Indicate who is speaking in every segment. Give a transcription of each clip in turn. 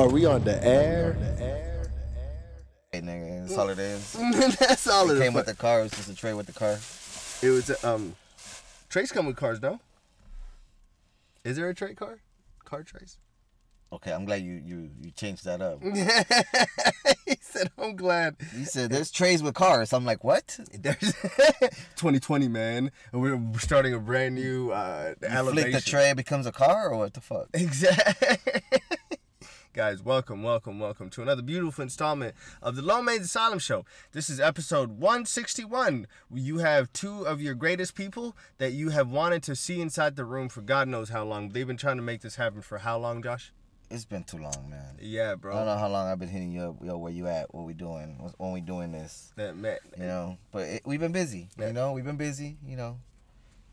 Speaker 1: Are we on the air?
Speaker 2: Hey, nigga, that's all it is.
Speaker 1: Mm. That's all
Speaker 2: It
Speaker 1: it
Speaker 2: came
Speaker 1: is.
Speaker 2: with the car. It was just a tray with the car.
Speaker 1: It was um, trace come with cars, no? Is there a trade car? Car trace?
Speaker 2: Okay, I'm glad you you you changed that up.
Speaker 1: he said, "I'm glad."
Speaker 2: You said there's trays with cars. I'm like, what?
Speaker 1: There's 2020, man. and We're starting a brand new uh,
Speaker 2: You
Speaker 1: elevation.
Speaker 2: flick the tray, it becomes a car, or what the fuck?
Speaker 1: Exactly. Guys, welcome, welcome, welcome to another beautiful installment of the Low Maid's Asylum Show. This is episode 161. You have two of your greatest people that you have wanted to see inside the room for God knows how long. They've been trying to make this happen for how long, Josh?
Speaker 2: It's been too long, man.
Speaker 1: Yeah,
Speaker 2: I don't
Speaker 1: bro.
Speaker 2: know how long I've been hitting you up. Yo, where you at? What we doing? What's, when we doing this?
Speaker 1: That man.
Speaker 2: You know, but it, we've been busy.
Speaker 1: Yeah.
Speaker 2: You know, we've been busy. You know,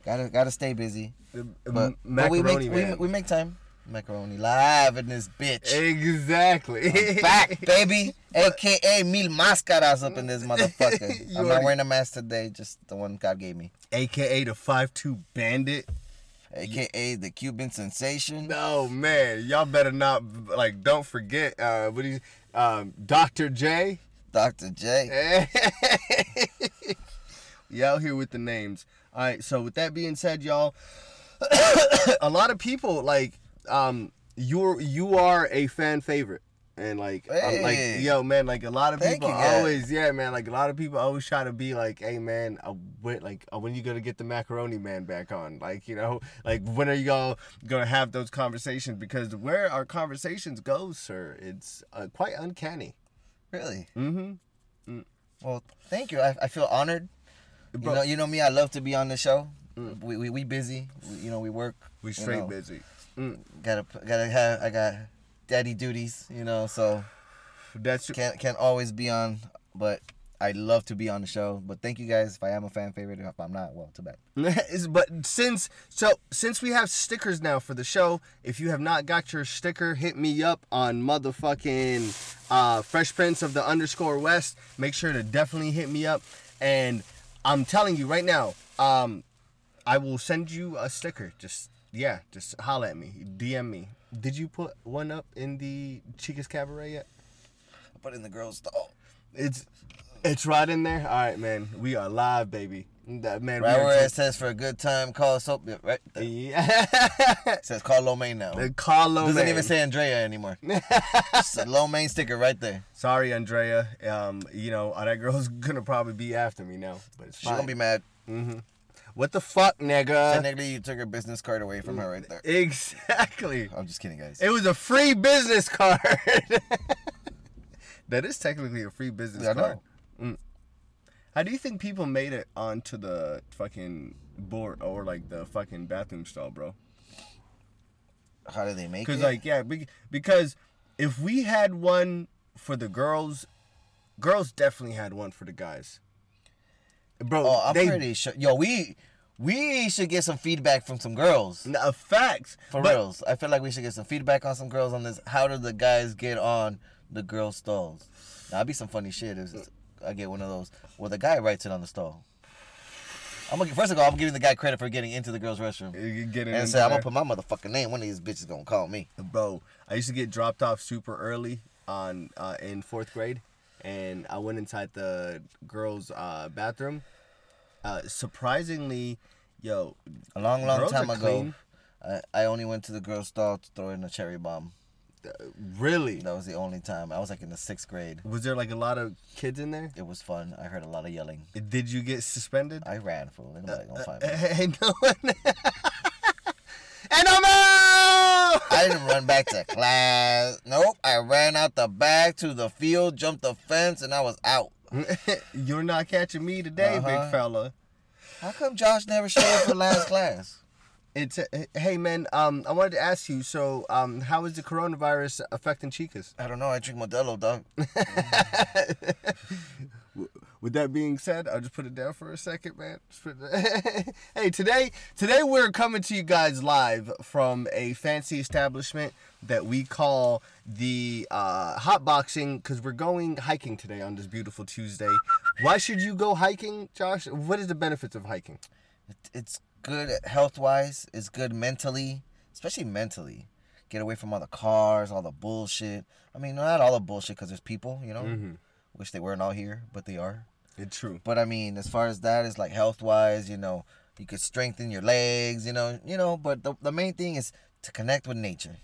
Speaker 2: gotta gotta stay busy.
Speaker 1: the-
Speaker 2: But,
Speaker 1: m-
Speaker 2: but we
Speaker 1: macaroni
Speaker 2: make we,
Speaker 1: man.
Speaker 2: we make time. Macaroni live in this bitch.
Speaker 1: exactly.
Speaker 2: back, baby. AKA Mil Mascaras up in this motherfucker.
Speaker 1: You
Speaker 2: I'm
Speaker 1: already-
Speaker 2: not wearing a mask today, just the one God gave me.
Speaker 1: AKA the 5'2 bandit.
Speaker 2: AKA the Cuban sensation.
Speaker 1: No man, y'all better not like. Don't forget, uh, what do you, um, Doctor J.
Speaker 2: Dr.
Speaker 1: Eh.
Speaker 2: J.
Speaker 1: y'all here with the names. All right. So with that being said, y'all, a lot of people like um, you're you are a fan favorite. And like, I'm
Speaker 2: Hey.
Speaker 1: like, yo, man, like a lot of
Speaker 2: Thank
Speaker 1: people
Speaker 2: you, guy.
Speaker 1: always, yeah, man, like a lot of people always try to be like, hey, man, uh, when, like, uh, when you gonna get the macaroni man back on? Like, you know, like when are you all gonna have those conversations? Because where our conversations go, sir, it's uh, quite uncanny.
Speaker 2: Really?
Speaker 1: Mm-hmm.
Speaker 2: Well, thank you. I, I feel honored. You
Speaker 1: Bro. Mm.
Speaker 2: know, you know me, I love to be on the show. We, we, we busy. We, you know, we work.
Speaker 1: We
Speaker 2: you
Speaker 1: straight
Speaker 2: know.
Speaker 1: busy. Mm,
Speaker 2: Gotta gotta have I got daddy duties, you know, so
Speaker 1: that's
Speaker 2: can't can't always be on but I love to be on the show. But thank you guys if I am a fan favorite. If I'm not, well too bad.
Speaker 1: Is- but since so since we have stickers now for the show, if you have not got your sticker, hit me up on motherfucking uh, Fresh Prince of the underscore West. Make sure to definitely hit me up, and I'm telling you right now, um, I will send you a sticker. Just yeah, just holla at me, DM me. Did you put one up in the Chica's Cabaret yet?
Speaker 2: Put in the girls stall.
Speaker 1: It's it's right in there. All right, man, we are live, baby. That man, we
Speaker 2: Right
Speaker 1: are
Speaker 2: where it
Speaker 1: t-
Speaker 2: says for a good time, call soap. Right, there. it
Speaker 1: yeah.
Speaker 2: says call Lomain now.
Speaker 1: Uh, Carlo
Speaker 2: Doesn't
Speaker 1: Man.
Speaker 2: even say Andrea anymore. it's a Lomain sticker right there.
Speaker 1: Sorry, Andrea. Um, you know uh, that girl's gonna probably be after me now, but it's
Speaker 2: She gonna
Speaker 1: fine. Uh,
Speaker 2: be mad.
Speaker 1: what the fuck, nigga?
Speaker 2: Technically, you took her business card away from her right there.
Speaker 1: Exactly.
Speaker 2: I'm just kidding, guys.
Speaker 1: It was a free business card. that is technically a free business
Speaker 2: I know.
Speaker 1: card. Mm. How do you think people made it onto the fucking board or like the fucking bathroom stall, bro?
Speaker 2: How do they make it?
Speaker 1: Because like yeah, be- because if we had one for the girls, girls definitely had one for the guys. Bro,
Speaker 2: oh, I'm
Speaker 1: they
Speaker 2: pretty sure. Yo, we we should get some feedback from some girls.
Speaker 1: n- uh, facts
Speaker 2: For
Speaker 1: But-
Speaker 2: reals, I feel like we should get some feedback on some girls on this. How do the guys get on the girls' stalls? That'd be some funny shit. If I get one of those. Well, the guy writes it on the stall. I'm gonna, first of all, I'm giving the guy credit for getting into the girls' restroom
Speaker 1: You get it
Speaker 2: and
Speaker 1: into
Speaker 2: say, "I'm
Speaker 1: there.
Speaker 2: gonna put my motherfucking name." One of these bitches gonna call me.
Speaker 1: bro. I used to get dropped off super early on uh, in fourth grade, and I went inside the girls' uh, bathroom. Uh, surprisingly, yo,
Speaker 2: A long, long
Speaker 1: Girls
Speaker 2: time
Speaker 1: are
Speaker 2: ago,
Speaker 1: clean.
Speaker 2: I, I only went to the girls' stall to throw in a cherry bomb.
Speaker 1: really,
Speaker 2: That was the only time. I was like in the sixth grade.
Speaker 1: was there like a lot of kids in there?
Speaker 2: It was fun. I heard a lot of yelling.
Speaker 1: Did you get suspended?
Speaker 2: I ran fool. Ain't nobody gonna find me.
Speaker 1: Uh, Hey, no one. Animal!
Speaker 2: I didn't run back to class. Nope. I ran out the back to the field, jumped the fence, and I was out.
Speaker 1: You're not catching me today, big
Speaker 2: Uh-huh.
Speaker 1: fella.
Speaker 2: How come Josh never showed up for last class?
Speaker 1: It's uh, hey man. Um, I wanted to ask you. So, um, how is the coronavirus affecting chicas?
Speaker 2: I don't know. I drink Modelo, dog.
Speaker 1: With that being said, I'll just put it down for a second, man. Just put it- hey, today, today we're coming to you guys live from a fancy establishment that we call the uh, Hot Boxing because we're going hiking today on this beautiful Tuesday. Why should you go hiking, Josh? What is the benefits of hiking?
Speaker 2: It- It's good health wise. It's good mentally, especially mentally. get away from all the cars, all the bullshit. I mean, not all the bullshit because there's people, you know. Wish they weren't all here, but they are.
Speaker 1: It's true.
Speaker 2: But I mean, as far as that is like health wise, you know, you could strengthen your legs, you know, you know. But the, the main thing is to connect with nature.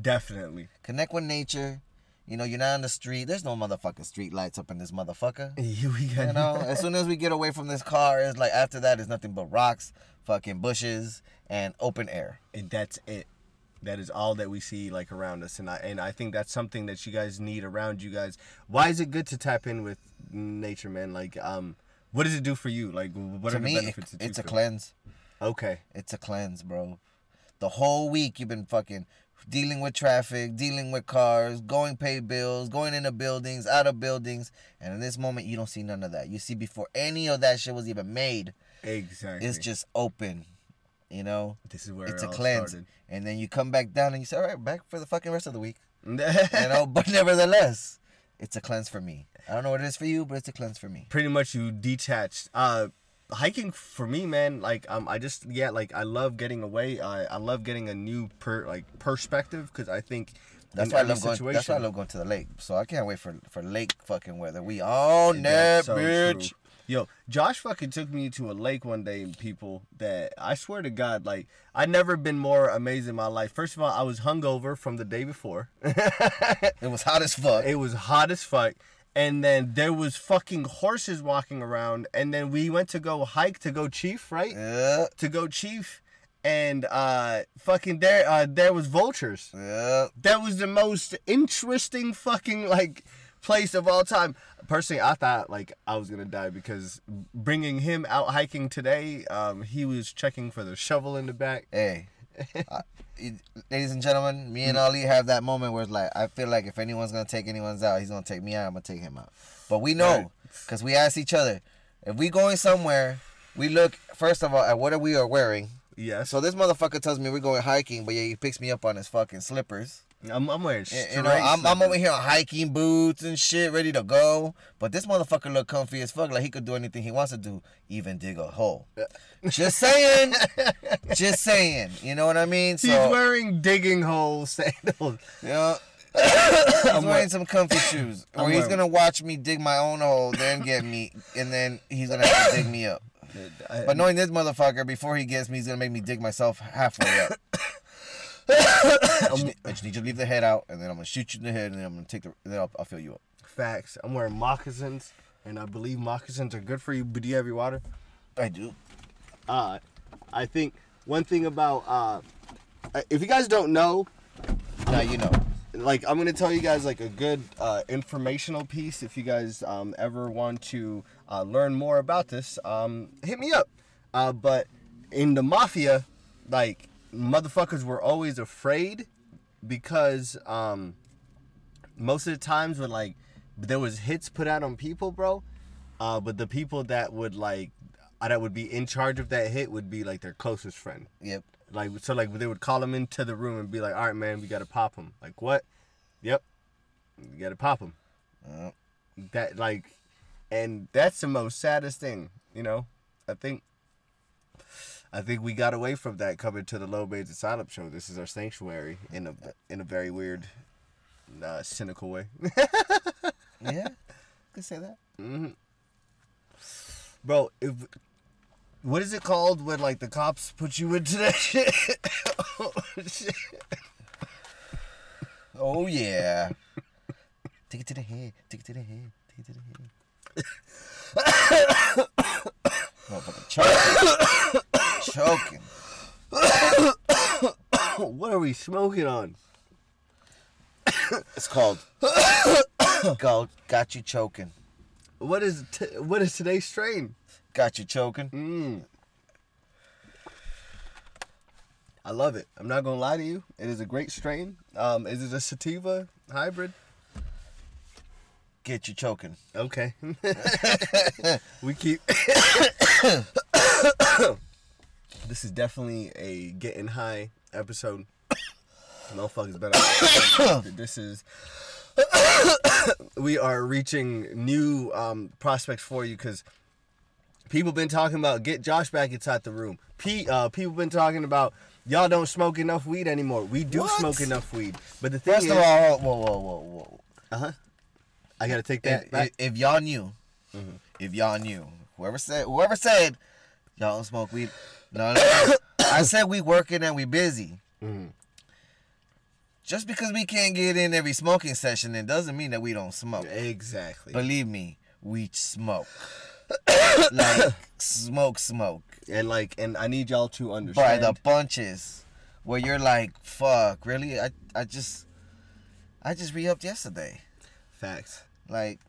Speaker 1: Definitely.
Speaker 2: Connect with nature. You know, you're not on the street. There's no motherfucking street lights up in this motherfucker.
Speaker 1: You, we got
Speaker 2: You know, as soon as we get away from this car, it's like after that is nothing but rocks, fucking bushes, and open air.
Speaker 1: and that's it. That is all that we see like around us, and I and I think that's something that you guys need around you guys. Why is it good to tap in with nature, man? Like, um, what does it do for you? Like, what
Speaker 2: to
Speaker 1: are
Speaker 2: me,
Speaker 1: the
Speaker 2: it-
Speaker 1: benefits? that you
Speaker 2: it's a
Speaker 1: feel?
Speaker 2: cleanse.
Speaker 1: Okay,
Speaker 2: It's a cleanse, bro. The whole week you've been fucking dealing with traffic, dealing with cars, going pay bills, going into buildings, out of buildings, and in this moment you don't see none of that. You see before any of that shit was even made,
Speaker 1: exactly.
Speaker 2: it's just open. You know,
Speaker 1: this is where
Speaker 2: it's
Speaker 1: it
Speaker 2: a
Speaker 1: all
Speaker 2: cleanse,
Speaker 1: started.
Speaker 2: and then you come back down and you say, "All right, back for the fucking rest of the week."
Speaker 1: and
Speaker 2: you know. But nevertheless, it's a cleanse for me. I don't know what it is for you, but it's a cleanse for me.
Speaker 1: pretty much you detached. Uh, hiking for me, man. Like, um, I just yeah, like I love getting away. I I love getting a new per like perspective because I think
Speaker 2: That's
Speaker 1: in
Speaker 2: why I
Speaker 1: every
Speaker 2: love going. That's why I
Speaker 1: situation-
Speaker 2: love going to the lake. So I can't wait for for lake fucking weather. We on
Speaker 1: That's
Speaker 2: that
Speaker 1: so
Speaker 2: bitch.
Speaker 1: true. Yo, Josh fucking took me to a lake one day, people. That I swear to God, like I never been more amazed in my life. First of all, I was hungover from the day before.
Speaker 2: It was hot as fuck.
Speaker 1: It was hot as fuck. And then there was fucking horses walking around. And then we went to go hike to go chief, right?
Speaker 2: Yeah,
Speaker 1: To go chief. And uh fucking there uh there was vultures.
Speaker 2: yeah.
Speaker 1: That was the most interesting fucking like place of all time. Personally, I thought like I was gonna die because bringing him out hiking today, um, he was checking for the shovel in the back.
Speaker 2: Hey. I- it- Ladies and gentlemen, me and Ali have that moment where it's like I feel like if anyone's gonna take anyone's out, he's gonna take me out. I'm gonna take him out. But we know, cause we ask each other, if we going somewhere, we look first of all at what are we are wearing,
Speaker 1: Yes,
Speaker 2: So this motherfucker tells me we're going hiking, but yeah, he picks me up on his fucking slippers.
Speaker 1: I'm, I'm wearing
Speaker 2: You-
Speaker 1: straight.
Speaker 2: You know, I'm, I'm over
Speaker 1: slippers.
Speaker 2: here on hiking boots and shit, ready to go. But this motherfucker look comfy as fuck, like he could do anything he wants to do, even dig a hole. Just saying, just saying. You know what I mean? So
Speaker 1: He's wearing digging hole sandals.
Speaker 2: you know, he's wearing some comfy shoes, or he's
Speaker 1: wearing-
Speaker 2: gonna watch me dig my own hole, then get me, and then he's gonna have to dig me up.
Speaker 1: I-
Speaker 2: But knowing this motherfucker, before he gets me, he's gonna make me dig myself halfway up. I, just need, I just need you to leave the head out, and then I'm gonna shoot you in the head, and then I'm gonna take the, and then I'll, I'll fill you up.
Speaker 1: Facts. I'm wearing moccasins, and I believe moccasins are good for you. But do you have your water?
Speaker 2: I do.
Speaker 1: uh, I think one thing about uh, if you guys don't know,
Speaker 2: Now you know.
Speaker 1: like I'm gonna tell you guys like a good uh, informational piece. If you guys um, ever want to uh, learn more about this, um, hit me up. Uh, but in the mafia, like motherfuckers were always afraid because um, most of the times when like there was hits put out on people, bro. Uh, but the people that would like that would be in charge of that hit would be like their closest friend.
Speaker 2: Yep.
Speaker 1: Like so, like they would call him into the room and be like, "All right, man, we gotta pop him." Like what? Yep, you gotta pop him.
Speaker 2: Uh,
Speaker 1: That like, and that's the most saddest thing, you know. I think, I think we got away from that coming to the Low Bays Asylum show. This is our sanctuary in a in a very weird, uh, cynical way.
Speaker 2: yeah. Could say that.
Speaker 1: Bro, if what is it called when like the cops put you into that shit? oh, shit.
Speaker 2: Oh yeah. take it to the head. Take it to the head. Take it to the head. Motherfucker choking. choking.
Speaker 1: What are we smoking on?
Speaker 2: It's called. Go, got you choking.
Speaker 1: What is t- what is today's strain?
Speaker 2: Got you choking.
Speaker 1: Mm. I love it. I'm not gonna lie to you. It is a great strain. Um, is it a sativa hybrid?
Speaker 2: Get you choking.
Speaker 1: Okay. we keep. this is definitely a getting high episode. Motherfuckers better. this is. we are reaching new um, prospects for you because people been talking about get Josh back inside the room. P, uh, people been talking about y'all don't smoke enough weed anymore. We do
Speaker 2: What?
Speaker 1: smoke enough weed, but the thing
Speaker 2: First
Speaker 1: is,
Speaker 2: of all, whoa, whoa, whoa, whoa.
Speaker 1: uh huh. I gotta take that
Speaker 2: If,
Speaker 1: back.
Speaker 2: if, if y'all knew, if y'all knew, whoever said, whoever said, y'all don't smoke weed. No, no, no. I said we working and we busy.
Speaker 1: Mm-hmm.
Speaker 2: Just because we can't get in every smoking session, it doesn't mean that we don't smoke.
Speaker 1: exactly.
Speaker 2: Believe me, we smoke. like smoke, smoke
Speaker 1: and like, and I need y'all to
Speaker 2: by
Speaker 1: understand.
Speaker 2: the bunches. Where you're like, fuck, really? I I just, I just re-upped yesterday.
Speaker 1: Facts.
Speaker 2: like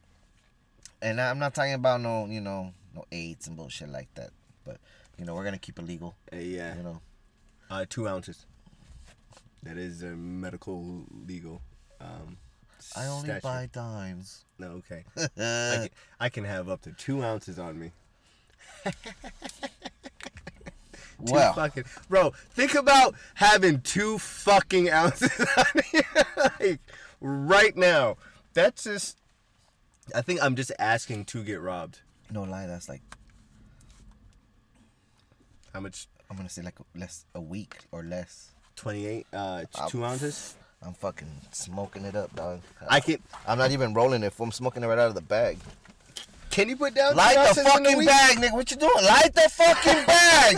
Speaker 2: and i'm not talking about no you know no aids and bullshit like that but you know we're gonna keep it legal
Speaker 1: Uh, yeah.
Speaker 2: you know
Speaker 1: Uh, two ounces. That is a medical legal. Um,
Speaker 2: i only
Speaker 1: statute.
Speaker 2: buy dimes Uh,
Speaker 1: No, okay. I, can, I can have up to two ounces on me. Two
Speaker 2: well
Speaker 1: fucking bro, think about having two fucking ounces on you like, right now. That's just. I think I'm just asking to get robbed.
Speaker 2: no lie that's like
Speaker 1: How much?
Speaker 2: i'm gonna say like less a week or less
Speaker 1: Twenty-eight. Uh, t-
Speaker 2: Um,
Speaker 1: two ounces.
Speaker 2: i'm fucking smoking it up dog
Speaker 1: I can.
Speaker 2: i'm not even rolling it fool. i'm smoking it right out of the bag
Speaker 1: Can you put down? two
Speaker 2: light the
Speaker 1: ounces in a
Speaker 2: fucking
Speaker 1: week?
Speaker 2: bag nigga what you doing light the fucking bag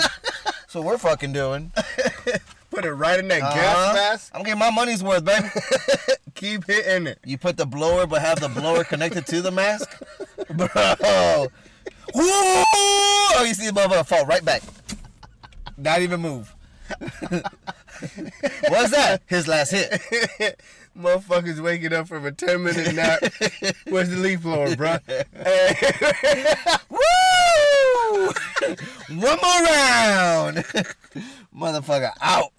Speaker 2: so we're fucking doing
Speaker 1: Put it right in that
Speaker 2: Uh-huh.
Speaker 1: gas mask.
Speaker 2: i'm getting my money's worth baby
Speaker 1: Keep hitting it.
Speaker 2: You put the blower, but have the blower connected to the mask, bro. Woo! Oh, you see the motherfucker fall right back. Not even move. What's that? His last hit.
Speaker 1: Motherfuckers waking up from a 10 minute nap. Where's the leaf blower, bro?
Speaker 2: Woo! One more round. motherfucker out.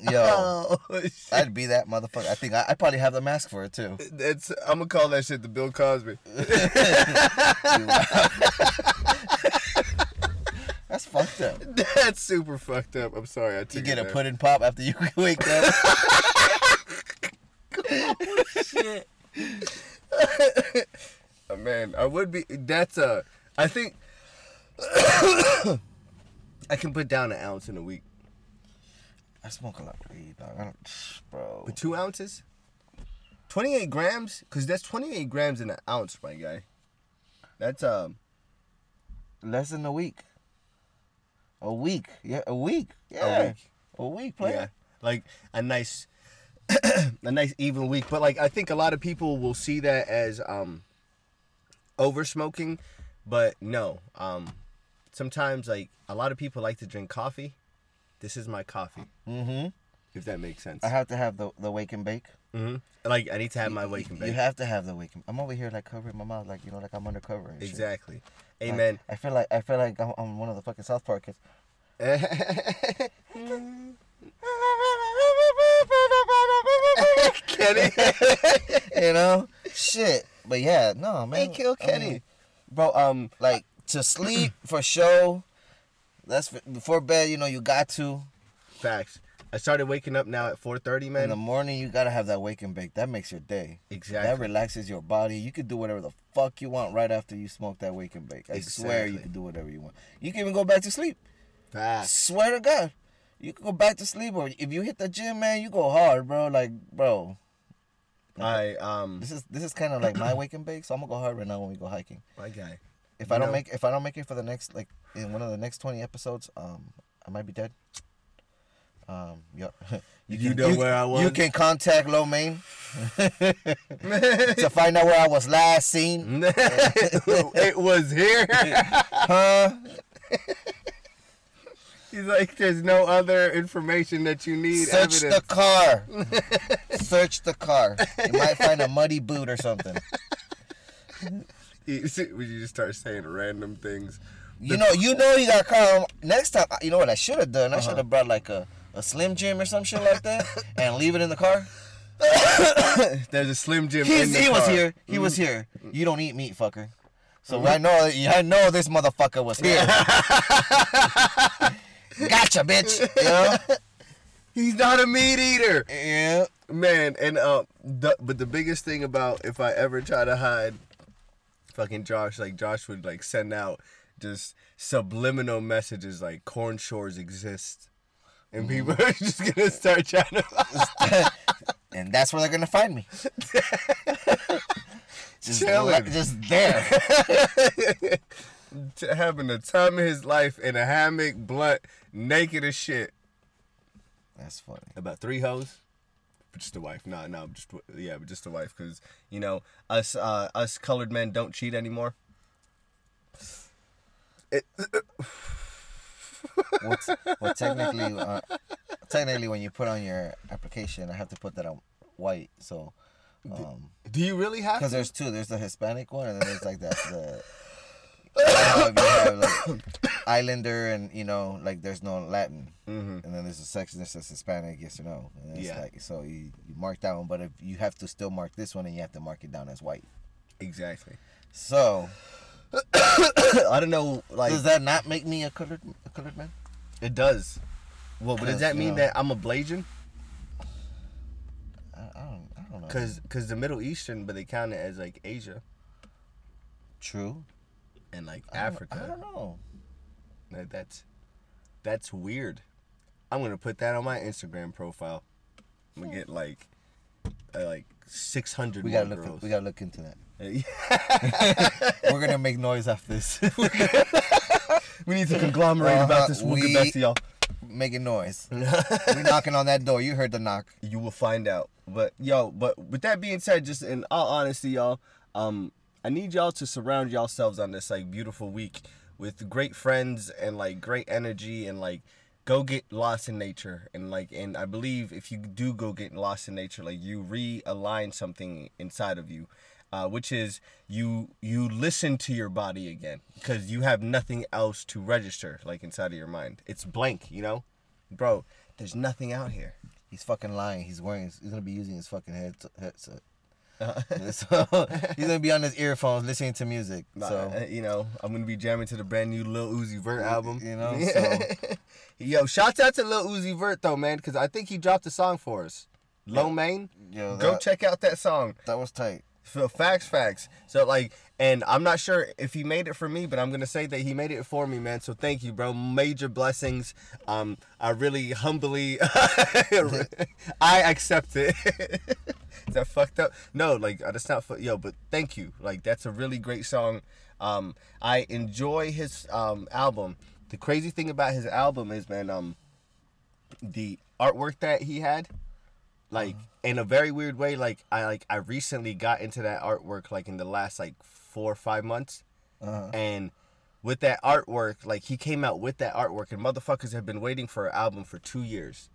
Speaker 2: Yo,
Speaker 1: Oh, shit.
Speaker 2: I'd be that motherfucker. I think I, I probably have the mask for it too.
Speaker 1: That's, I'm going to call that shit the Bill Cosby.
Speaker 2: That's fucked up.
Speaker 1: That's super fucked up. I'm sorry. I took
Speaker 2: You get a
Speaker 1: back.
Speaker 2: pudding pop after you wake up.
Speaker 1: Uh, man, I would be. That's a. I think. I can put down an ounce in a week.
Speaker 2: I smoke a lot of weed, dog. I don't, bro.
Speaker 1: But two ounces? 28 grams? Because that's 28 grams in an ounce, my guy. That's, um.
Speaker 2: Less than a week. A week, yeah, a week,
Speaker 1: A
Speaker 2: yeah, a
Speaker 1: week.
Speaker 2: week,
Speaker 1: Yeah,
Speaker 2: player.
Speaker 1: like a nice, a nice even week. But like I think a lot of people will see that as um, over smoking, but no. Um, sometimes like a lot of people like to drink coffee. This is my coffee,
Speaker 2: Mm-hmm.
Speaker 1: if that makes sense.
Speaker 2: I have to have the the wake and bake.
Speaker 1: hmm Like I need to have my wake and
Speaker 2: You- You
Speaker 1: bake.
Speaker 2: have to have the wake and. I'm over here like covering my mouth, like you know, like I'm undercover. And shit.
Speaker 1: Exactly.
Speaker 2: Like,
Speaker 1: Amen.
Speaker 2: I feel like I feel like I'm, I'm one of the fucking South Park kids.
Speaker 1: Kenny.
Speaker 2: you know, shit. But yeah, no man.
Speaker 1: They kill
Speaker 2: I
Speaker 1: Kenny.
Speaker 2: mean,
Speaker 1: Bro, um,
Speaker 2: like to sleep for show. That's for, before bed. You know, you got to.
Speaker 1: facts. I started waking up now at 4:30, man.
Speaker 2: In the morning, you gotta have that wake and bake. That makes your day. That
Speaker 1: Exactly.
Speaker 2: relaxes your body. You can do whatever the fuck you want right after you smoke that wake and bake. I swear you
Speaker 1: Exactly.
Speaker 2: can do whatever you want. You can even go back to sleep. I
Speaker 1: Facts.
Speaker 2: swear to God. You can go back to sleep or if you hit the gym, man, you go hard, bro. Like, bro.
Speaker 1: I um
Speaker 2: This is this is kinda like my wake and bake, so I'm gonna go hard right now when we go hiking.
Speaker 1: my guy.
Speaker 2: If
Speaker 1: You
Speaker 2: I don't
Speaker 1: know-
Speaker 2: make if I don't make it for the next like in one of the next twenty episodes, um I might be dead. Um yeah.
Speaker 1: You know where I was?
Speaker 2: You can contact Low Main to find out where I was last seen.
Speaker 1: it was here.
Speaker 2: Huh?
Speaker 1: He's like, there's no other information that you need.
Speaker 2: Search
Speaker 1: evidence.
Speaker 2: the car. Search the car. You might find a muddy boot or something.
Speaker 1: You- Would you just start saying random things?
Speaker 2: You know, you know, you gotta come next time. You know what I should have done? I should have brought like a, a Slim Jim or some shit like that, and leave it in the car.
Speaker 1: There's a Slim Jim. in
Speaker 2: He's,
Speaker 1: the
Speaker 2: he was
Speaker 1: car.
Speaker 2: here. He was here. You don't eat meat, fucker. So Mm. Mm-hmm. I know, I know this motherfucker was here. gotcha, bitch. You know?
Speaker 1: He's not a meat eater,
Speaker 2: Yeah.
Speaker 1: man. And uh, the, but the biggest thing about if I ever try to hide, fucking Josh, like Josh would like send out just subliminal messages like corn shores exist. and people are just gonna start trying to.
Speaker 2: and that's where they're gonna find me. just,
Speaker 1: Chilling.
Speaker 2: li- just there.
Speaker 1: to having the time of his life in a hammock, blunt, naked as shit.
Speaker 2: That's funny.
Speaker 1: About three hoes. But Just a wife, no, no, just yeah, but just a wife, cause you know us, uh, us colored men don't cheat anymore.
Speaker 2: Well, t- well technically, uh, technically, when you put on your application, I have to put that on white. So, um,
Speaker 1: Do you really have?
Speaker 2: because
Speaker 1: To?
Speaker 2: there's two. There's the Hispanic one, and then there's like that the. you have, like, Islander and you know like there's no Latin, and then there's a section that says Hispanic, yes or no. And it's
Speaker 1: Mm-hmm. Yeah.
Speaker 2: Like, so you, you mark that one, but if you have to still mark this one, and you have to mark it down as white.
Speaker 1: Exactly.
Speaker 2: So
Speaker 1: I don't know, like
Speaker 2: does that not make me a colored a colored man?
Speaker 1: it does. Well, but does
Speaker 2: Cause,
Speaker 1: that
Speaker 2: you
Speaker 1: mean
Speaker 2: know.
Speaker 1: that I'm a blasian?
Speaker 2: I, I don't I don't know.
Speaker 1: Cause, cause the Middle Eastern, but they count it as like Asia
Speaker 2: true.
Speaker 1: and like
Speaker 2: I don't-
Speaker 1: Africa.
Speaker 2: I don't know.
Speaker 1: That- That's that's weird. I'm gonna put that on my Instagram profile. I'm gonna get like uh, like 600
Speaker 2: We
Speaker 1: more
Speaker 2: gotta look.
Speaker 1: girls.
Speaker 2: We gotta look into that.
Speaker 1: we,
Speaker 2: We're gonna make noise after this.
Speaker 1: need to conglomerate about
Speaker 2: Uh-huh,
Speaker 1: this. We'll get back to
Speaker 2: we-
Speaker 1: y'all.
Speaker 2: Making noise. We're knocking on that door. You heard the knock.
Speaker 1: You will find out. But yo, but with that being said, just in all honesty, y'all, um, I need y'all to surround yourselves on this like beautiful week with great friends and like great energy and like go get lost in nature and like and I believe if you do go get lost in nature, like you realign something inside of you. Uh, which is you you listen to your body again because you have nothing else to register like inside of your mind it's blank you know bro there's nothing out here
Speaker 2: He's fucking lying. He's wearing. He's gonna be using his fucking head headset. Uh-huh. so he's gonna be on his earphones listening to music.
Speaker 1: So
Speaker 2: So
Speaker 1: eh, you know, I'm gonna be jamming to the brand new Lil Uzi Vert album.
Speaker 2: you know, so-
Speaker 1: yo, shouts out to Lil Uzi Vert though, man, because I think he dropped a song for us. Low Main,
Speaker 2: Yo,
Speaker 1: go
Speaker 2: that-
Speaker 1: check out that song.
Speaker 2: that was tight.
Speaker 1: So facts, facts. So like, and I'm not sure if he made it for me, but I'm gonna say that he made it for me, man. So thank you, bro. Major blessings. Um, I really humbly, I accept it. Is that fucked up? No, like uh, that's not. Fu- Yo, but thank you. Like that's a really great song. Um, I enjoy his um album. The crazy thing about his album is, man, um, the artwork that he had like in a very weird way like i like i recently got into that artwork like in the last like four or five months and with that artwork like he came out with that artwork and motherfuckers have been waiting for an album for two years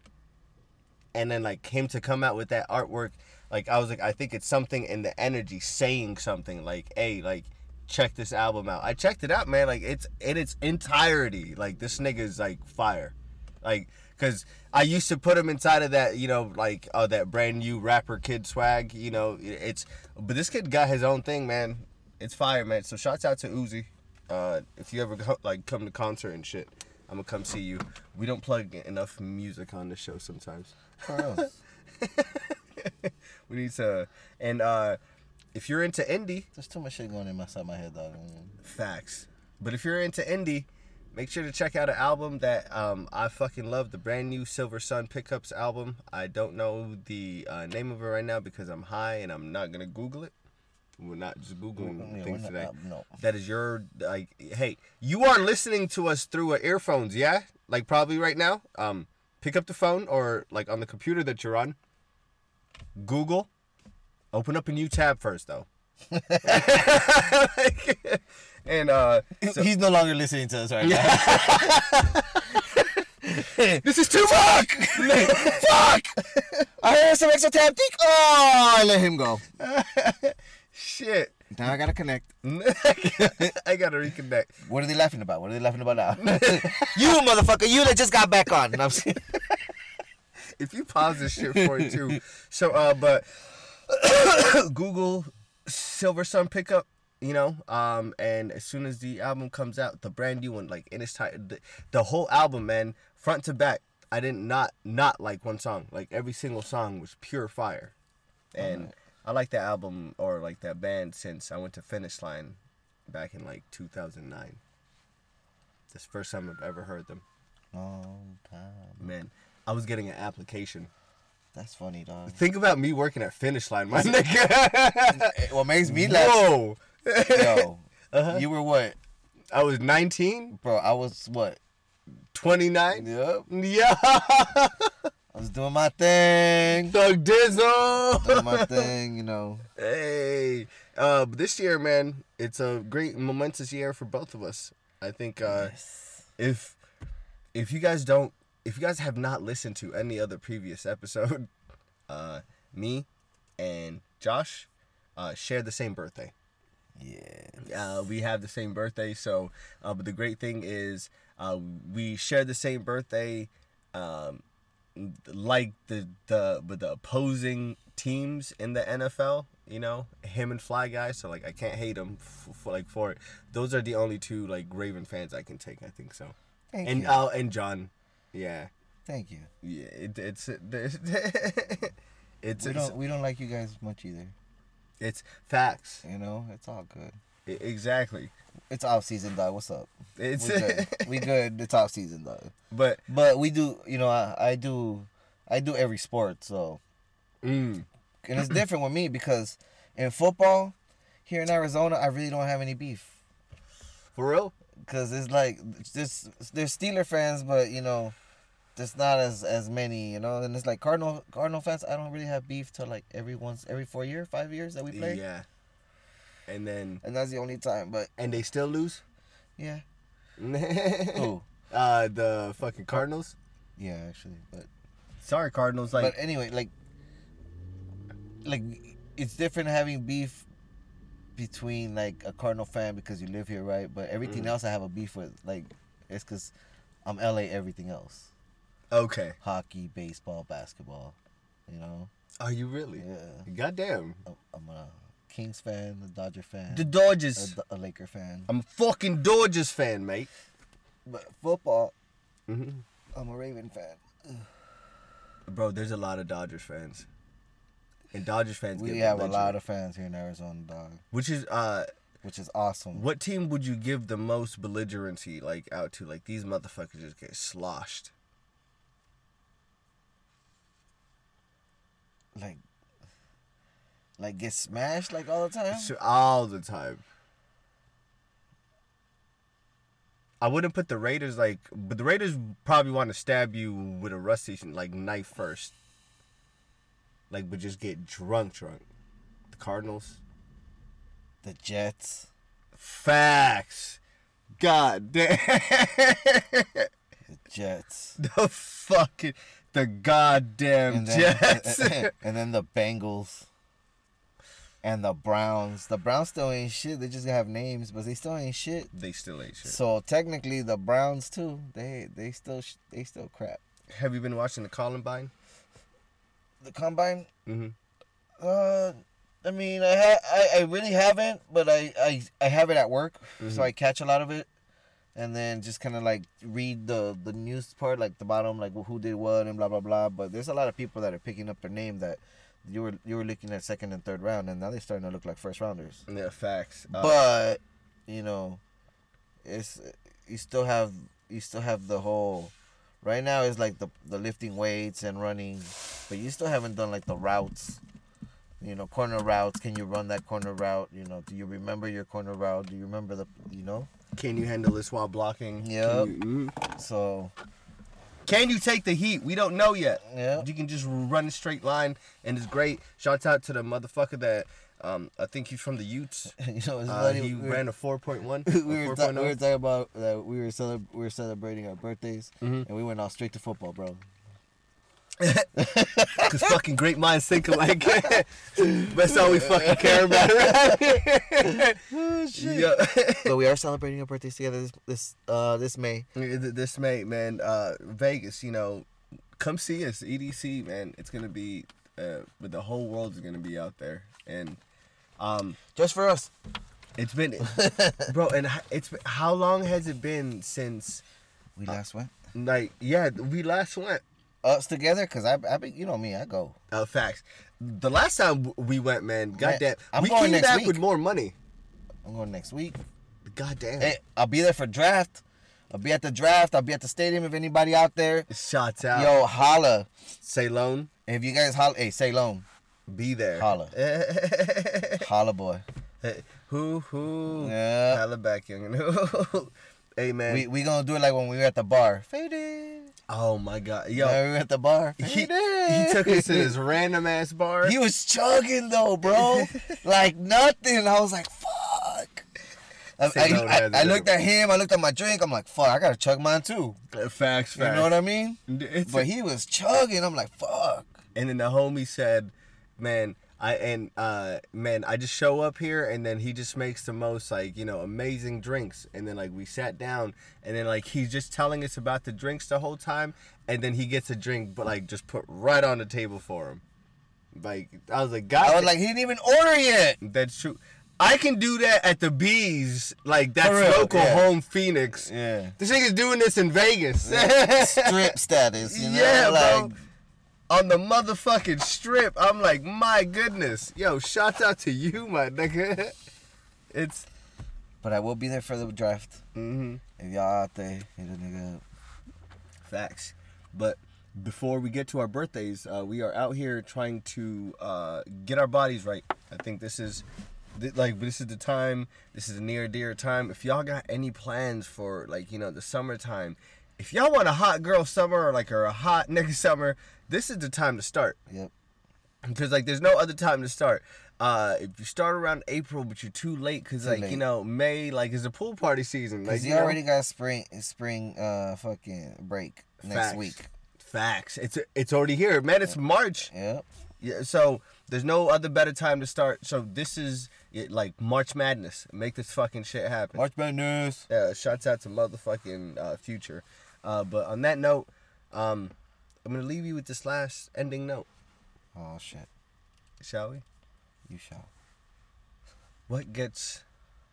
Speaker 1: and then like him to come out with that artwork like i was like i think it's something in the energy saying something like hey like check this album out i checked it out man like it's in its entirety like this nigga's like fire like because i used to put him inside of that you know like uh, that brand new rapper kid swag you know it's but this kid got his own thing man it's fire man so shouts out to uzi uh if you ever go, like come to concert and shit i'm gonna come see you we don't plug enough music on this show sometimes
Speaker 2: For real.
Speaker 1: we need to, and uh, if you're into indie,
Speaker 2: There's too much shit going in my side of my head, dog.
Speaker 1: facts. But if you're into indie, make sure to check out an album that um, I fucking love, the brand new Silver Sun Pickups album. I don't know the uh, name of it right now because I'm high and I'm not gonna Google it. We're not just
Speaker 2: Yeah,
Speaker 1: googling
Speaker 2: we're
Speaker 1: things
Speaker 2: not-
Speaker 1: today.
Speaker 2: uh, no.
Speaker 1: That is your like, hey, you are listening to us through our earphones, yeah? Like probably right now. Um, pick up the phone or like on the computer that you're on. Google. Open up a new tab first though. Like, and uh, so-
Speaker 2: He's no longer listening to us right now.
Speaker 1: this is too much.
Speaker 2: I heard some extra tap. Think, oh, I let him go.
Speaker 1: Shit.
Speaker 2: Now I gotta connect.
Speaker 1: I gotta reconnect.
Speaker 2: What are they laughing about? What are they laughing about now? you motherfucker, you that just got back on. And I'm s-
Speaker 1: If you pause this shit for it too. So uh but Google Silver Sun pickup, you know, um and as soon as the album comes out, the brand new one, like in its time the, the whole album, man, front to back, I did not not like one song. Like every single song was pure fire. And I like that album or like that band since I went to Finish Line back in like 2009. This first time I've ever heard them
Speaker 2: Long time.
Speaker 1: man. I was getting an application.
Speaker 2: That's funny, dog.
Speaker 1: Think about me working at Finish Line, my nigga.
Speaker 2: what makes me laugh,
Speaker 1: Whoa.
Speaker 2: yo, you were what,
Speaker 1: I was 19,
Speaker 2: Uh-huh. bro? I was what?
Speaker 1: 29.
Speaker 2: Yep.
Speaker 1: Yeah.
Speaker 2: I was doing my thing,
Speaker 1: Thug Dizzle.
Speaker 2: doing my thing. You know,
Speaker 1: Hey, uh, but this year, man, it's a great momentous year for both of us. I think uh, if if you guys don't, if you guys have not listened to any other previous episode, uh, me and Josh uh, share the same birthday.
Speaker 2: yeah.
Speaker 1: Uh, we have the same birthday, so uh, but the great thing is uh, we share the same birthday, um, like the the but the opposing teams in the NFL. You know him and Fly Guy, so like I can't hate him f- for like for it. Those are the only two like Raven fans I can take. I think so.
Speaker 2: Thank
Speaker 1: and
Speaker 2: you.
Speaker 1: oh, and John, yeah,
Speaker 2: Thank you.
Speaker 1: yeah. It, it's it's it's
Speaker 2: We don't we don't like you guys much either.
Speaker 1: it's facts.
Speaker 2: You know, it's all good.
Speaker 1: E- exactly.
Speaker 2: It's off season, dog. What's up?
Speaker 1: It's
Speaker 2: We good. we good. It's off season, dog.
Speaker 1: but
Speaker 2: But we do, you know, I, I do, I do every sport. So,
Speaker 1: mm,
Speaker 2: and it's different with me because in football, here in Arizona, I really don't have any beef
Speaker 1: for real.
Speaker 2: because it's like there's there's Steeler fans, but you know, there's not as as many, you know. And it's like Cardinal Cardinal fans. I don't really have beef till like every once every four year, five years that we play,
Speaker 1: Yeah. And then
Speaker 2: and that's the only time. But
Speaker 1: and they still lose.
Speaker 2: yeah,
Speaker 1: Who?
Speaker 2: oh
Speaker 1: Uh, the fucking Cardinals.
Speaker 2: yeah, actually, but
Speaker 1: Sorry, Cardinals. Like
Speaker 2: but anyway, like, like it's different having beef between like a Cardinal fan because you live here, right? But everything
Speaker 1: Mm-hmm.
Speaker 2: else I have a beef with, like, it's because I'm LA. Everything else,
Speaker 1: eh, okay.
Speaker 2: hockey, baseball, basketball, you know.
Speaker 1: Are you really?
Speaker 2: Yeah,
Speaker 1: Goddamn.
Speaker 2: I'm, I'm a Kings fan, a Dodger fan,
Speaker 1: The
Speaker 2: a,
Speaker 1: Dodgers.
Speaker 2: Do- a Laker fan.
Speaker 1: I'm a fucking Dodgers fan, mate.
Speaker 2: But football,
Speaker 1: Mhm.
Speaker 2: I'm a Raven fan.
Speaker 1: Bro, there's a lot of Dodgers fans. And Dodgers fans
Speaker 2: We
Speaker 1: get
Speaker 2: have a
Speaker 1: belligerent.
Speaker 2: lot of fans here in Arizona, dog,
Speaker 1: Which is uh,
Speaker 2: which is awesome.
Speaker 1: what team would you give the most belligerency like out to? Like these motherfuckers just get sloshed.
Speaker 2: Like, like get smashed like all the time.
Speaker 1: So- all the time. I wouldn't put the Raiders like, but the Raiders probably want to stab you with a rusty like knife first. Like, but just get drunk, drunk. The Cardinals.
Speaker 2: The Jets.
Speaker 1: Facts. God damn.
Speaker 2: The Jets.
Speaker 1: the fucking, the goddamn
Speaker 2: And then,
Speaker 1: Jets.
Speaker 2: and then the Bengals. And the Browns. The Browns still ain't shit. They just have names, but they still ain't shit.
Speaker 1: they still ain't shit.
Speaker 2: So technically, the Browns too. They they still sh- they still crap.
Speaker 1: Have you been watching the Columbine?
Speaker 2: The combine.
Speaker 1: Mhm.
Speaker 2: Uh, I mean, I ha- I, I really haven't, but I I, I have it at work, so I catch a lot of it, and then just kind of like read the the news part, like the bottom, like who did what and blah blah blah. But there's a lot of people that are picking up their name that you were you were looking at second and third round, and now they're starting to look like first rounders.
Speaker 1: Yeah, facts. Uh,
Speaker 2: but you know, it's you still have you still have the whole. Right now it's like the the lifting weights and running, but you still haven't done like the routes. You know, corner routes. Can you run that corner route? You know, do you remember your corner route? Do you remember the you know?
Speaker 1: can you handle this while blocking? Can
Speaker 2: Yep.
Speaker 1: you- mhm.
Speaker 2: So
Speaker 1: Can you take the heat? We don't know yet.
Speaker 2: Yeah.
Speaker 1: You can just run a straight line, and it's great. Shouts out to the motherfucker that um, I think he's from the Utes.
Speaker 2: you know it's
Speaker 1: Uh,
Speaker 2: funny.
Speaker 1: he
Speaker 2: we were-
Speaker 1: ran a 4.1.
Speaker 2: we
Speaker 1: a oh.
Speaker 2: were, ta-
Speaker 1: 4.0.
Speaker 2: we were talking about that we were celeb- we were celebrating our birthdays
Speaker 1: Mm-hmm.
Speaker 2: and we went all straight to football, bro.
Speaker 1: Cause fucking great minds think alike. That's all we fucking care about, right?
Speaker 2: Oh,
Speaker 1: Yeah.
Speaker 2: but we are celebrating our birthdays together this this uh this May.
Speaker 1: this mate, man, uh, Vegas, you know, come see us, EDC, man. It's gonna be, uh, but the whole world's gonna be out there, and um,
Speaker 2: Just for us.
Speaker 1: It's been, bro, and h- it's been, how long has it been since
Speaker 2: We
Speaker 1: Uh,
Speaker 2: last went.
Speaker 1: like yeah we last went?
Speaker 2: Us together, cause I, I be, you know me, I go.
Speaker 1: Uh, facts. The last time w- we went, man, goddamn,
Speaker 2: I'm
Speaker 1: we
Speaker 2: going
Speaker 1: came
Speaker 2: next
Speaker 1: back
Speaker 2: week.
Speaker 1: with more money.
Speaker 2: I'm going next week.
Speaker 1: Goddamn.
Speaker 2: Hey, I'll be there for draft. I'll be at the draft. I'll be at the stadium if anybody out there.
Speaker 1: Shots out.
Speaker 2: Yo, holla.
Speaker 1: Ceylon,
Speaker 2: If you guys holla, hey, say loan.
Speaker 1: be there.
Speaker 2: Holla. holla, boy.
Speaker 1: Who, who?
Speaker 2: Yeah.
Speaker 1: Holla back, young. hey, man.
Speaker 2: We we gonna do it like when we were at the bar. Faded.
Speaker 1: oh, my God. Yo,
Speaker 2: Yo, when we were at the bar.
Speaker 1: he,
Speaker 2: Faded.
Speaker 1: he took us to this random ass bar.
Speaker 2: He was chugging though, bro. like nothing. I was like, fuck. I,
Speaker 1: Say no,
Speaker 2: I- I-
Speaker 1: man.
Speaker 2: I looked at him. I looked at my drink. I'm like, fuck. I gotta chug mine too.
Speaker 1: Uh, facts, facts.
Speaker 2: You know what I mean?
Speaker 1: It's-
Speaker 2: But he was chugging. I'm like, fuck.
Speaker 1: and then the homie said, "Man, I and uh, man, I just show up here, and then he just makes the most like you know amazing drinks, and then like we sat down, and then like he's just telling us about the drinks the whole time, and then he gets a drink, but like just put right on the table for him, like I was like, God,
Speaker 2: I was like, he didn't even order yet.
Speaker 1: that's true." I can do that at the bees, like that's
Speaker 2: real,
Speaker 1: local
Speaker 2: yeah.
Speaker 1: home Phoenix.
Speaker 2: Yeah.
Speaker 1: This nigga's doing this in Vegas.
Speaker 2: Strip status. You know?
Speaker 1: Yeah,
Speaker 2: like,
Speaker 1: bro. On the motherfucking strip. I'm like, my goodness. Yo, shouts out to you, my nigga. It's
Speaker 2: But I will be there for the draft.
Speaker 1: mm-hmm.
Speaker 2: If y'all out there, hit a nigga up.
Speaker 1: facts. But before we get to our birthdays, uh, we are out here trying to uh, get our bodies right. I think this is thi- like this is the time. This is a near dear time. If y'all got any plans for like you know the summertime, if y'all want a hot girl summer or like or a hot nigga summer, this is the time to start.
Speaker 2: Yep.
Speaker 1: because like there's no other time to start uh if you start around april but you're too late because like
Speaker 2: late.
Speaker 1: you know may like is a pool party season like
Speaker 2: Cause
Speaker 1: you
Speaker 2: you
Speaker 1: know?
Speaker 2: already got spring spring uh fucking break next
Speaker 1: Facts.
Speaker 2: week.
Speaker 1: facts it's it's already here man it's march
Speaker 2: Yep.
Speaker 1: yeah, so there's no other better time to start so this is it, like march madness make this fucking shit happen
Speaker 2: March Madness.
Speaker 1: Yeah, shouts out to motherfucking uh, future uh but on that note um i'm gonna leave you with this last ending note
Speaker 2: Oh shit.
Speaker 1: shall we
Speaker 2: You shall.
Speaker 1: What gets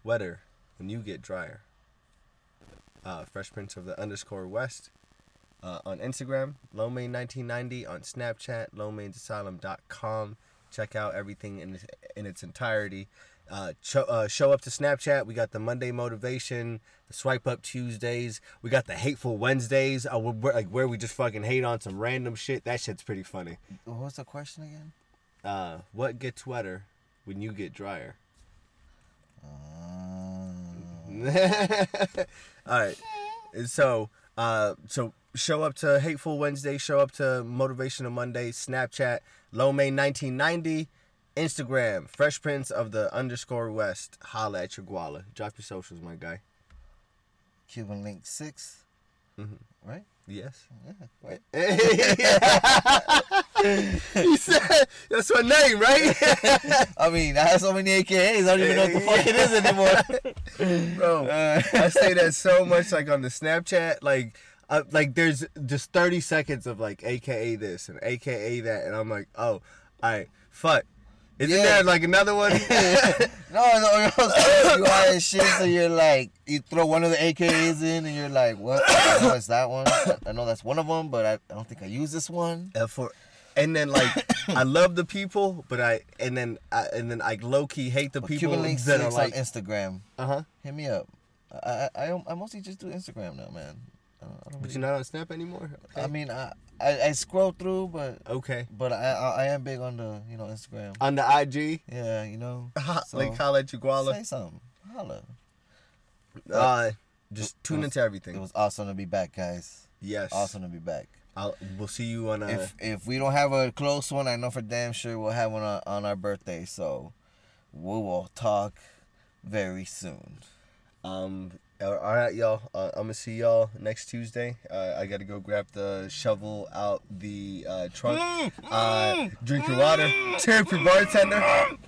Speaker 1: wetter when you get drier? Uh, Fresh Prince of the underscore West uh, on Instagram, Lomain1990 on Snapchat, lomainsasylum.com. Check out everything in, in its entirety. Uh, cho- uh, show up to Snapchat. We got the Monday motivation, the swipe up Tuesdays. We got the hateful Wednesdays, uh, where, like where we just fucking hate on some random shit. That shit's pretty funny.
Speaker 2: What's the question again?
Speaker 1: Uh, what gets wetter when you get drier?
Speaker 2: Uh,
Speaker 1: All right. So, uh, so show up to Hateful Wednesday. Show up to Motivational Monday. Snapchat Lomay1990. Instagram Fresh Prince of the underscore West. Holla at your guala. Drop your socials, my guy.
Speaker 2: Cuban Link 6 Right?
Speaker 1: Yes.
Speaker 2: Yeah. Right.
Speaker 1: He said- that's my name, right?
Speaker 2: I mean, I have so many AKAs. I don't even know what the fuck it is anymore.
Speaker 1: Bro,
Speaker 2: Uh,
Speaker 1: I say that so much, like on the Snapchat, like, uh, like there's just thirty seconds of like AKA this and AKA that, and I'm like, oh, all right, fuck. Isn't
Speaker 2: Yeah.
Speaker 1: there like another one?
Speaker 2: no, no, no. so you are as shit. So you're like, you throw one of the AKAs in, and you're like, what? I know it's that one. I know that's one of them, but I, I don't think I use this one.
Speaker 1: Uh, for, and then like, I love the people, but I and then I and then I low key hate the
Speaker 2: But
Speaker 1: people
Speaker 2: Cuban Link
Speaker 1: that
Speaker 2: 6
Speaker 1: are
Speaker 2: on
Speaker 1: like,
Speaker 2: Instagram.
Speaker 1: uh huh.
Speaker 2: Hit me up. I, I, I, I mostly just do Instagram now, man. I don't, I don't
Speaker 1: But
Speaker 2: really,
Speaker 1: you're not on Snap anymore. Okay.
Speaker 2: I mean, I, I, I scroll through, but
Speaker 1: okay.
Speaker 2: but I, I, I am big on the you know Instagram.
Speaker 1: On the IG,
Speaker 2: Yeah, you know. so-
Speaker 1: like holla at your guala.
Speaker 2: Say something. Holla.
Speaker 1: Uh, just tune
Speaker 2: was-
Speaker 1: into
Speaker 2: It
Speaker 1: everything.
Speaker 2: was awesome to be back, guys.
Speaker 1: yes.
Speaker 2: Awesome to be back.
Speaker 1: I'll, we'll see you on. Uh,
Speaker 2: If if we don't have a close one, I know for damn sure we'll have one on, on our birthday. So we will talk very soon.
Speaker 1: Um, all all right, y'all. Uh, I'm gonna see y'all next Tuesday. Uh, I gotta go grab the shovel out the uh, trunk. Uh, drink your water. Tip your bartender.